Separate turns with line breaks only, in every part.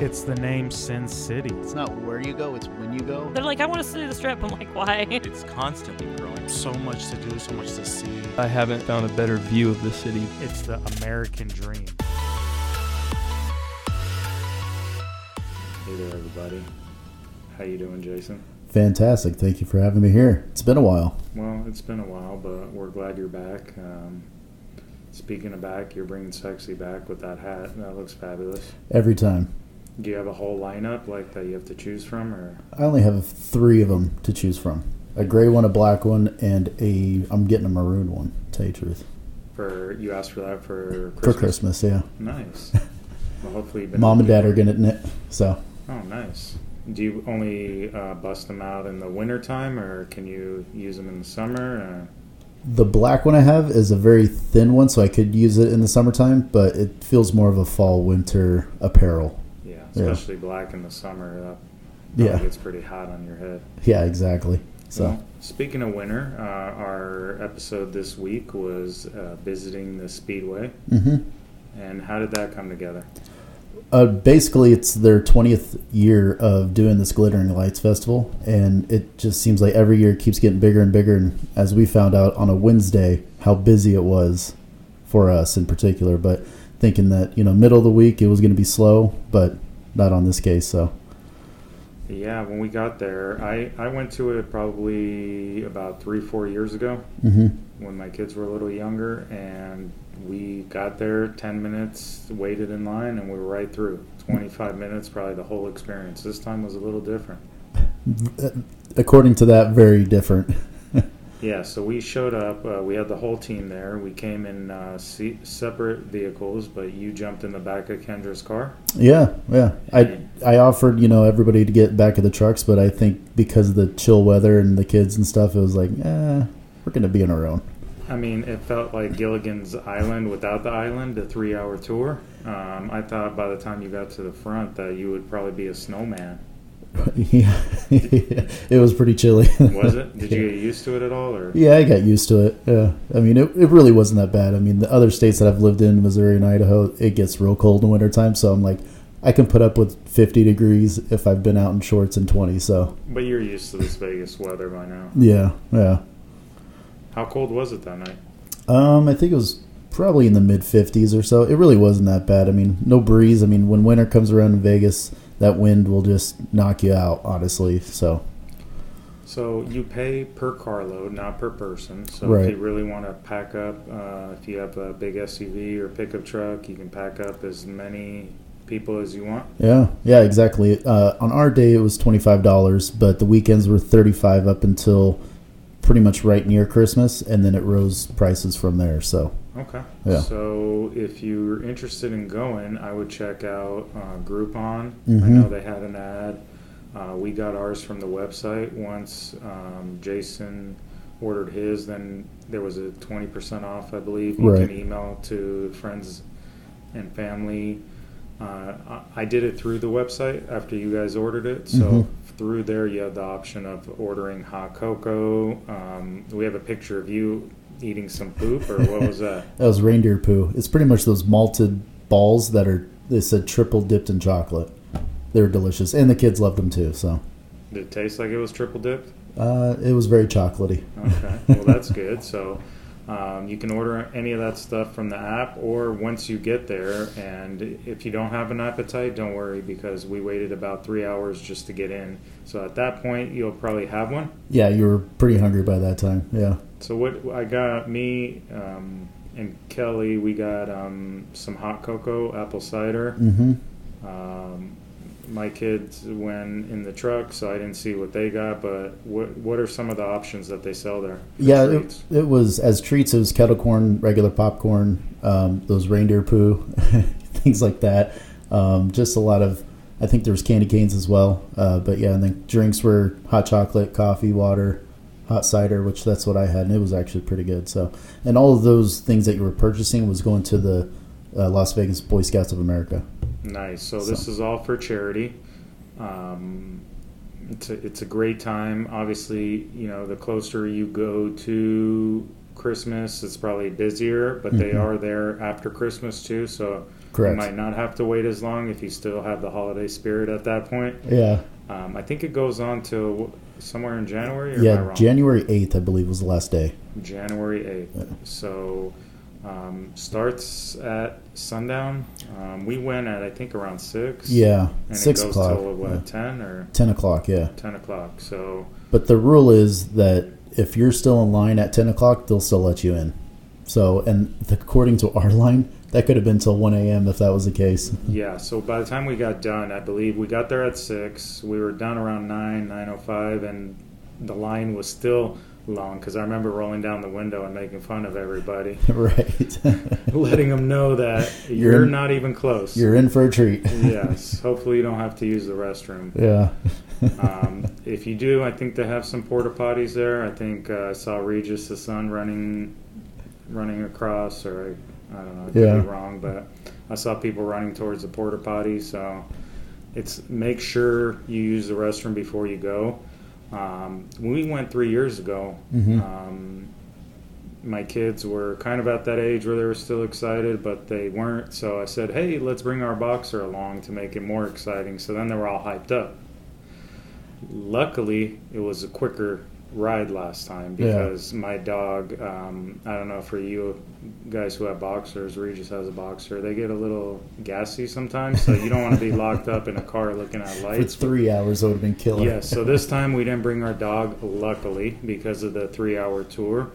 It's the name Sin City.
It's not where you go, it's when you go.
They're like, I want to see the strip. I'm like, why?
It's constantly growing.
So much to do, so much to see.
I haven't found a better view of the city.
It's the American dream.
Hey there, everybody. How you doing, Jason?
Fantastic. Thank you for having me here. It's been a while.
Well, it's been a while, but we're glad you're back. Um, speaking of back, you're bringing sexy back with that hat. That looks fabulous.
Every time.
Do you have a whole lineup like that you have to choose from, or
I only have three of them to choose from a gray one, a black one, and a. I'm getting a maroon one, to tell you the truth.
for you asked for that for Christmas?
For Christmas, yeah.
Nice. Well, hopefully, you've been
Mom and
able
dad
to-
are getting it, so
Oh, nice. Do you only uh, bust them out in the wintertime, or can you use them in the summer? Uh,
The black one I have is a very thin one, so I could use it in the summertime, but it feels more of a fall winter apparel.
Uh, yeah,
Yeah.
especially black in the summer. That
Yeah.
gets pretty hot on your head.
Yeah, exactly. So
Well, Mm-hmm. speaking of winter, uh, our episode this week was uh, visiting the Speedway.
Mhm.
And how did that come together?
uh, basically, it's their 20th year of doing this Glittering Lights Festival, and it just seems like every year it keeps getting bigger and bigger. And as we found out on a Wednesday, how busy it was for us in particular, but thinking that, you know, middle of the week it was going to be slow, but not on this case, so.
Yeah, when we got there, I, I went to it probably about three, four years ago
hmm
when my kids were a little younger. And we got there 10 minutes, waited in line, and we were right through. 25 minutes, probably the whole experience. This time was a little different.
According to that, very different.
Yeah, so we showed up. Uh, we had the whole team there. We came in uh, se- separate vehicles, but you jumped in the back of Kendra's car.
Yeah, yeah. I I offered you know everybody to get back of the trucks, but I think because of the chill weather and the kids and stuff, it was like, eh, we're gonna be on our own.
I mean, it felt like Gilligan's Island without the island, a three hour tour. Um, I thought by the time you got to the front that you would probably be a snowman.
yeah, it was pretty chilly.
Was it? Did you get used to it at all? Or
Yeah, I got used to it. Yeah, I mean, it, it really wasn't that bad. I mean, the other states that I've lived in, Missouri and Idaho, it gets real cold in wintertime, so I'm like, I can put up with 50 degrees if I've been out in shorts and 20. So
But you're used to this Vegas weather by now.
yeah, yeah.
How cold was it that night?
Um, I think it was probably in the mid 50s or so. It really wasn't that bad. I mean, no breeze. I mean, when winter comes around in Vegas, that wind will just knock you out, honestly. So,
So you pay per carload, not per person. So if
Right.
you really want to pack up, uh, if you have a big SUV or pickup truck, you can pack up as many people as you want.
yeah, yeah, exactly. Uh, on our day, it was $25, but the weekends were 35 up until pretty much right near Christmas, and then it rose prices from there. So,
Okay.
Yeah.
So if you're interested in going, I would check out uh, Groupon. I
Mhm.
know they had an ad. Uh, we got ours from the website. Once um, Jason ordered his, then there was a 20% off, I believe. You
Right.
can email to friends and family. Uh, I I did it through the website after you guys ordered it. So
Mhm.
through there, you have the option of ordering hot cocoa. Um, we have a picture of you eating some poop, or what was that?
that was reindeer poo. It's pretty much those malted balls that are, they said triple dipped in chocolate. They were delicious, and the kids loved them too. So,
Did it taste like it was triple dipped?
Uh, it was very chocolatey.
Okay, well that's good. So um, you can order any of that stuff from the app, or once you get there, and if you don't have an appetite, don't worry because we waited about three hours just to get in. So at that point, you'll probably have one.
yeah, you were pretty hungry by that time. Yeah.
So what I got me um, and Kelly, we got um, some hot cocoa, apple cider.
Mm-hmm.
Um, my kids went in the truck, so I didn't see what they got. But what what are some of the options that they sell there? for
Yeah,
treats?
it, it was as treats. It was kettle corn, regular popcorn, um, those reindeer poo, things like that. Um, just a lot of. I think there was candy canes as well. Uh, but yeah, and then drinks were hot chocolate, coffee, water, hot cider, which that's what I had, and it was actually pretty good. So, and all of those things that you were purchasing was going to the uh, Las Vegas Boy Scouts of America.
Nice. So, this is all for charity. Um, it's a, it's a great time. Obviously, you know the closer you go to Christmas, it's probably busier, but they are there after Christmas too. So
Mm-hmm. Correct.
You might not have to wait as long if you still have the holiday spirit at that point.
Yeah.
Um, I think it goes on to somewhere in January. Or am I
Yeah.
wrong?
January 8th, I believe, was the last day.
January 8th. So um, starts at sundown. Um, we went at, I think, around 6.
Yeah.
And
6
it goes
o'clock.
till, what,
yeah.
10 or
10 o'clock, yeah.
10 o'clock. So,
But the rule is that if you're still in line at 10 o'clock, they'll still let you in. So, and according to our line, that could have been till 1 a.m. if that was the case.
yeah. So by the time we got done, I believe we got there at 6. We were done around 9, 9.05, and the line was still long because I remember rolling down the window and making fun of everybody,
right.
letting them know that you're,
You're in-
not even close.
You're in for a treat.
yes. Hopefully you don't have to use the restroom.
Yeah.
Um, if you do, I think they have some porta potties there. I think uh, I saw Regis the son running, running across, or I, I don't know, I could
Yeah.
be wrong, but I saw people running towards the porta potty. So it's make sure you use the restroom before you go. Um, when we went three years ago,
Mhm.
um, my kids were kind of at that age where they were still excited, but they weren't. So I said, "Hey, let's bring our boxer along to make it more exciting." So then they were all hyped up. Luckily, it was a quicker ride last time
Yeah.
because my dog. Um, I don't know for you guys who have boxers. Regis has a boxer. They get a little gassy sometimes, so you don't want to be locked up in a car looking at
for
lights.
three hours, that would have been killer.
Yes, so this time we didn't bring our dog, luckily, because of the three hour tour.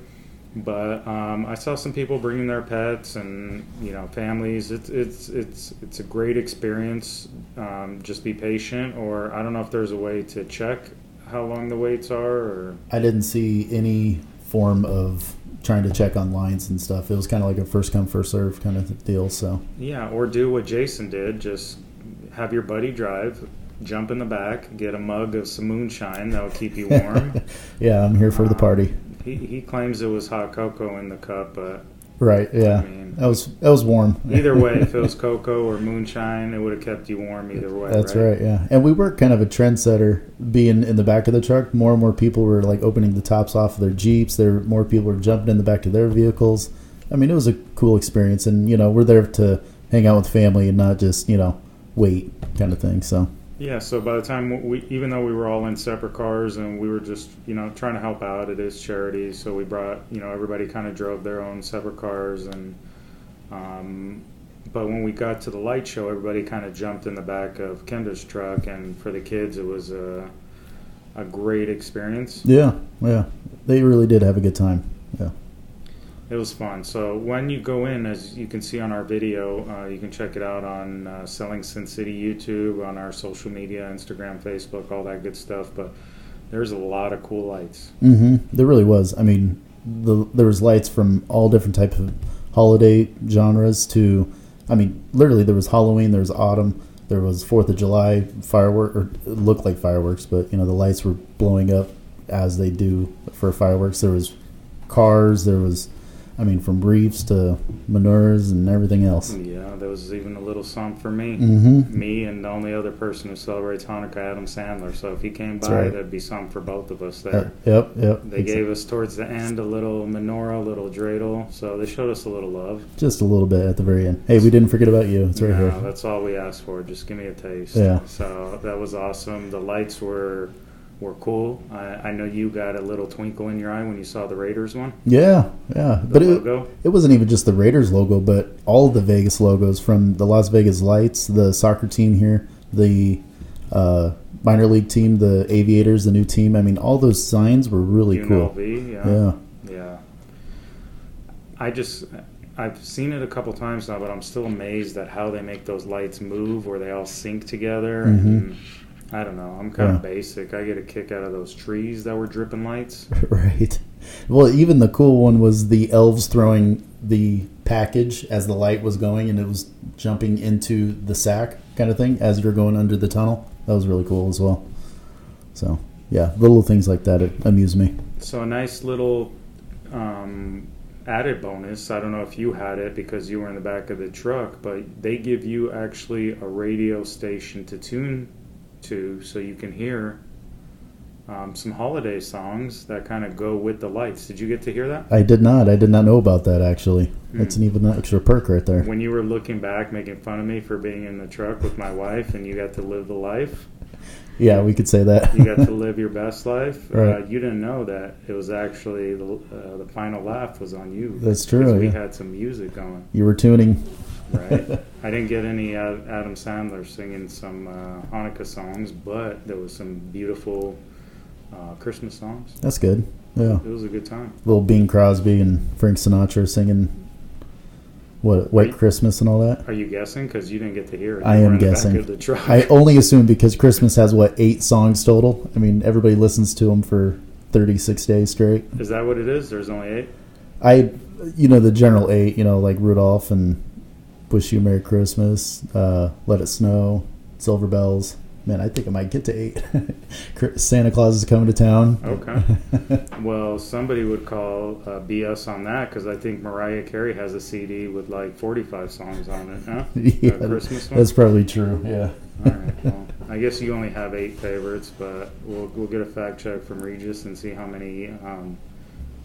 But um, I saw some people bringing their pets and you know families. It's it's it's it's a great experience. Um, just be patient, or I don't know if there's a way to check how long the waits are. Or
I didn't see any form of trying to check on lines and stuff. It was kind of like a first come, first serve kind of deal. So,
yeah, or do what Jason did. Just have your buddy drive, jump in the back, get a mug of some moonshine that'll keep you warm.
yeah, I'm here for the party.
he he claims it was hot cocoa in the cup, but
Right. Yeah.
I mean-
that was that was warm.
Either way, if it was cocoa or moonshine, it would have kept you warm either way.
That's right. yeah. And we were kind of a trendsetter being in the back of the truck. More and more people were like opening the tops off of their Jeeps. There were more people were jumping in the back of their vehicles. I mean, it was a cool experience and you know, we're there to hang out with family and not just, you know, wait kind of thing. So,
Yeah. So by the time we, even though we were all in separate cars and we were just, you know, trying to help out, it is charity. So we brought, you know, everybody kind of drove their own separate cars, and um, but when we got to the light show, everybody kind of jumped in the back of Kendra's truck, and for the kids, it was a a great experience.
yeah. Yeah. They really did have a good time. Yeah.
It was fun. So when you go in, as you can see on our video, uh, you can check it out on uh, Selling Sin City YouTube, on our social media, Instagram, Facebook, all that good stuff. But there's a lot of cool lights.
hmm There really was. I mean, the, there was lights from all different type of holiday genres to, I mean, literally there was Halloween, there was autumn, there was Fourth of July firework, or it looked like fireworks, but you know the lights were blowing up as they do for fireworks. There was cars, there was, I mean, from reefs to manures and everything else.
Yeah, that was even a little something for me.
Mm-hmm.
Me and the only other person who celebrates Hanukkah, Adam Sandler. So if he came
That's
by,
right.
that'd be something for both of us there.
Yep, Uh, yep.
They gave us towards the end a little menorah, a little dreidel. So they showed us a little love.
just a little bit at the very end. Hey, we didn't forget about you. It's right
no,
here.
that's all we asked for. Just give me a taste.
Uh, Yeah.
So that was awesome. The lights were were cool. I, I know you got a little twinkle in your eye when you saw the Raiders one.
Yeah, yeah.
The
but it,
logo.
it wasn't even just the Raiders logo, but all the Vegas logos from the Las Vegas Lights, the soccer team here, the uh, minor league team, the Aviators, the new team. I mean, all those signs were really cool.
UNLV, yeah.
Yeah.
Yeah. I just I've seen it a couple times now, but I'm still amazed at how they make those lights move where they all sync together.
Mhm.
And I don't know. I'm kind
Yeah.
of basic. I get a kick out of those trees that were dripping lights.
right. Well, even the cool one was the elves throwing the package as the light was going, and it was jumping into the sack kind of thing as you're going under the tunnel. That was really cool as well. So, yeah, little things like that it amuse me.
So a nice little um, added bonus. I don't know if you had it because you were in the back of the truck, but they give you actually a radio station to tune to, so you can hear um, some holiday songs that kind of go with the lights. Did you get to hear that?
I did not. I did not know about that actually.
Hmm.
That's an even extra perk right there.
When you were looking back, making fun of me for being in the truck with my wife, and you got to live the life,
Yeah, we could say that.
you got to live your best life. Uh,
Right.
you didn't know that it was actually the, uh, the final laugh was on you.
That's true,
'Cause We
yeah.
had some music going,
you were tuning.
right? I didn't get any Ad- Adam Sandler singing some uh, Hanukkah songs, but there was some beautiful uh, Christmas songs.
That's good. Yeah,
It was a good time.
little Bing Crosby and Frank Sinatra singing what White
Right.
Christmas and all that.
Are you guessing? Because you didn't get to hear it.
I
You
am
were in the back
guessing.
of the truck.
I only assume because Christmas has what eight songs total. I mean, everybody listens to them for thirty-six days straight.
Is that what it is? There's only eight.
I, you know, the general eight, you know, like Rudolph and Wish You a Merry Christmas, uh, Let It Snow, Silver Bells. Man, I think I might get to eight. Cr- Santa Claus is coming to town.
Okay. Well, somebody would call uh, BS on that because I think Mariah Carey has a CD with like 45 songs on it, huh?
yeah,
A Christmas one?
that's probably true. Yeah.
All right. Well, I guess you only have eight favorites, but we'll, we'll get a fact check from Regis and see how many um,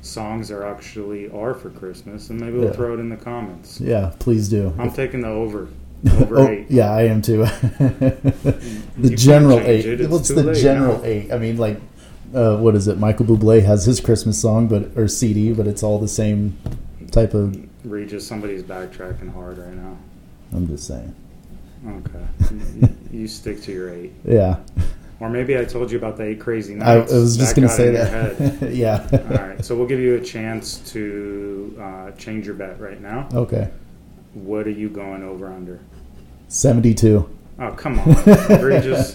songs there actually are for Christmas, and maybe we'll
Yeah.
throw it in the comments.
Yeah, please do.
I'm taking the over. Over
Oh,
eight.
yeah, I am too. the
You can't
general
change
eight.
it. It's
What's
too
the
late
general
now.
eight? I mean, like, uh, what is it? Michael Bublé has his Christmas song, but or CD, but it's all the same type of.
Regis, somebody's backtracking hard right now.
I'm just saying.
Okay. You- you stick to your eight.
Yeah,
Or maybe I told you about the eight crazy
I, I
nights.
was just
That
gonna
got
say
in your head.
that. yeah.
All right, so we'll give you a chance to uh, change your bet right now.
Okay.
What are you going over under?
Seventy-two.
Oh, come on. Regis,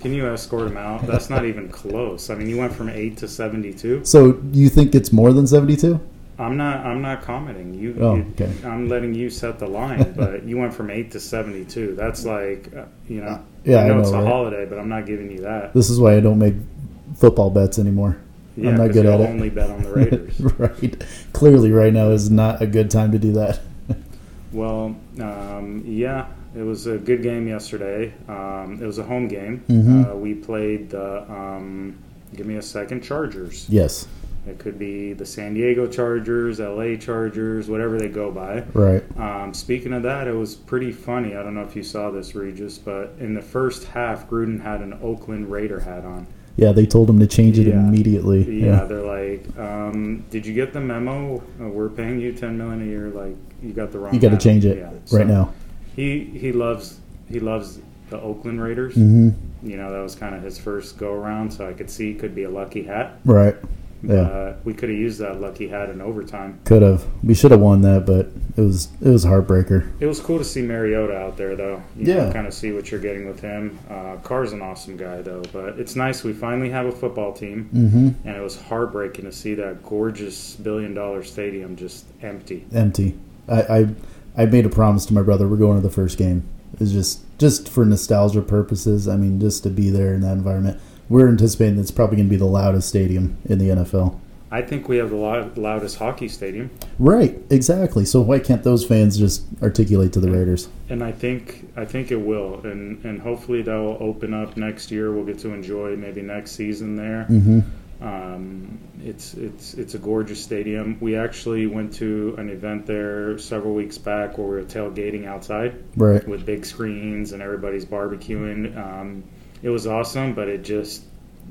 can you escort him out? That's not even close. I mean, you went from 8 to 72.
So you think it's more than seventy-two?
I'm not I'm not commenting. You,
Oh,
you-
okay.
I'm letting you set the line, but you went from 8 to 72. That's like, uh, you know,
Yeah, I
I know it's
know,
a
right?
holiday, but I'm not giving you that.
This is why I don't make football bets anymore.
Yeah,
I'm not
'cause
good
you'll
at it.
only bet on the Raiders.
right. Clearly, right now is not a good time to do that.
Well, um, yeah, it was a good game yesterday. Um, it was a home game.
Mhm.
Uh, we played the, um, give me a second, Chargers.
yes.
It could be the San Diego Chargers, LA Chargers, whatever they go by.
Right.
Um, speaking of that, it was pretty funny. I don't know if you saw this, Regis, but in the first half, Gruden had an Oakland Raider hat on.
Yeah, they told him to change it
Yeah.
immediately.
Yeah, they're like, um, did you get the memo? Uh, we're paying you ten million a year. Like, you got the wrong.
You got to
hat."
change it
Yeah,
right
so-
now.
He he loves he loves the Oakland Raiders.
hmm
You know that was kind of his first go around, so I could see it could be a lucky hat.
Right. Yeah.
Uh, we could have used that lucky hat in overtime.
Could have. We should have won that, but it was it was a heartbreaker.
It was cool to see Mariota out there, though. You
Yeah.
kind of see what you're getting with him. Uh, Carr's an awesome guy, though. But it's nice we finally have a football team,
hmm
and it was heartbreaking to see that gorgeous billion dollar stadium just empty.
Empty. I, I I made a promise to my brother. We're going to the first game. It's just just for nostalgia purposes. I mean, just to be there in that environment. We're anticipating it's probably going to be the loudest stadium in the NFL.
I think we have the lou- loudest hockey stadium.
Right. Exactly. So why can't those fans just articulate to the Raiders?
And I think I think it will, and and hopefully that will open up next year. We'll get to enjoy maybe next season there.
hmm
Um, it's it's it's a gorgeous stadium. We actually went to an event there several weeks back where we were tailgating outside
Right.
with big screens and everybody's barbecuing. Um, it was awesome, but it just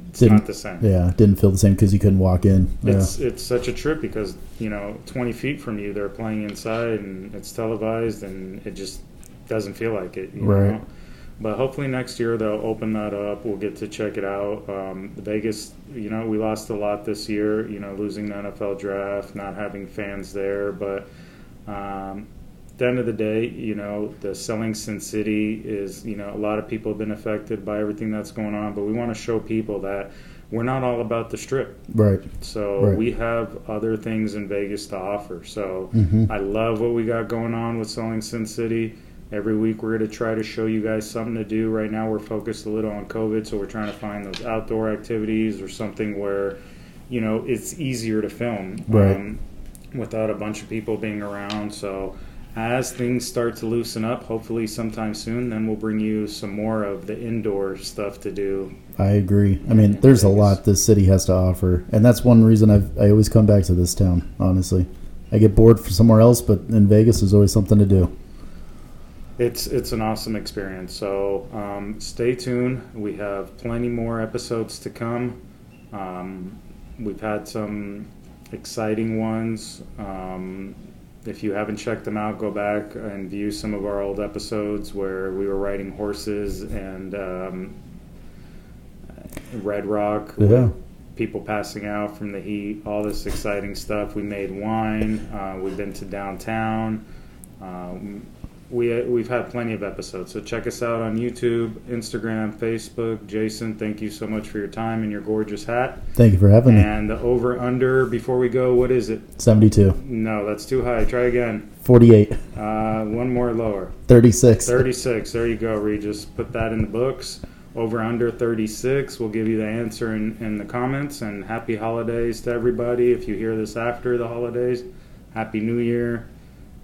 it's
Didn't-
not the same.
Yeah. Didn't feel the same because you couldn't walk in. Yeah.
It's it's such a trip because you know 20 feet from you they're playing inside and it's televised and it just doesn't feel like it. You
Right.
Know? But hopefully next year they'll open that up. We'll get to check it out. Um, Vegas, you know, we lost a lot this year. You know, losing the NFL draft, not having fans there, but. Um, at the end of the day, you know, the selling Sin City is, you know, a lot of people have been affected by everything that's going on, but we want to show people that we're not all about the strip.
Right.
So
Right.
we have other things in Vegas to offer. So
Mhm.
I love what we got going on with selling Sin City. Every week we're going to try to show you guys something to do. Right now we're focused a little on COVID, so we're trying to find those outdoor activities or something where, you know, it's easier to film
Right.
um, without a bunch of people being around. So as things start to loosen up, hopefully sometime soon, then we'll bring you some more of the indoor stuff to do.
I agree. I mean, there's a lot this city has to offer, and that's one reason I've, I always come back to this town. Honestly, I get bored for somewhere else, but in Vegas, there's always something to do.
It's it's an awesome experience. So um, stay tuned. We have plenty more episodes to come. Um, we've had some exciting ones. Um, if you haven't checked them out, go back and view some of our old episodes where we were riding horses and um, Red Rock.
Yeah.
People passing out from the heat, all this exciting stuff. We made wine. Uh, we've been to downtown. Um, we we've had plenty of episodes. So check us out on YouTube, Instagram, Facebook. Jason, thank you so much for your time and your gorgeous hat.
Thank you for having me.
And the over under before we go, what is it?
72,
No, that's too high. Try again.
48,
Uh, one more lower.
36.
36. There you go, Regis. Put that in the books. Over under 36. We'll give you the answer in, in the comments. And happy holidays to everybody. If you hear this after the holidays, happy new year.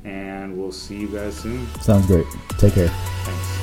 And we'll see you guys soon.
Sounds great. Take care.
Thanks.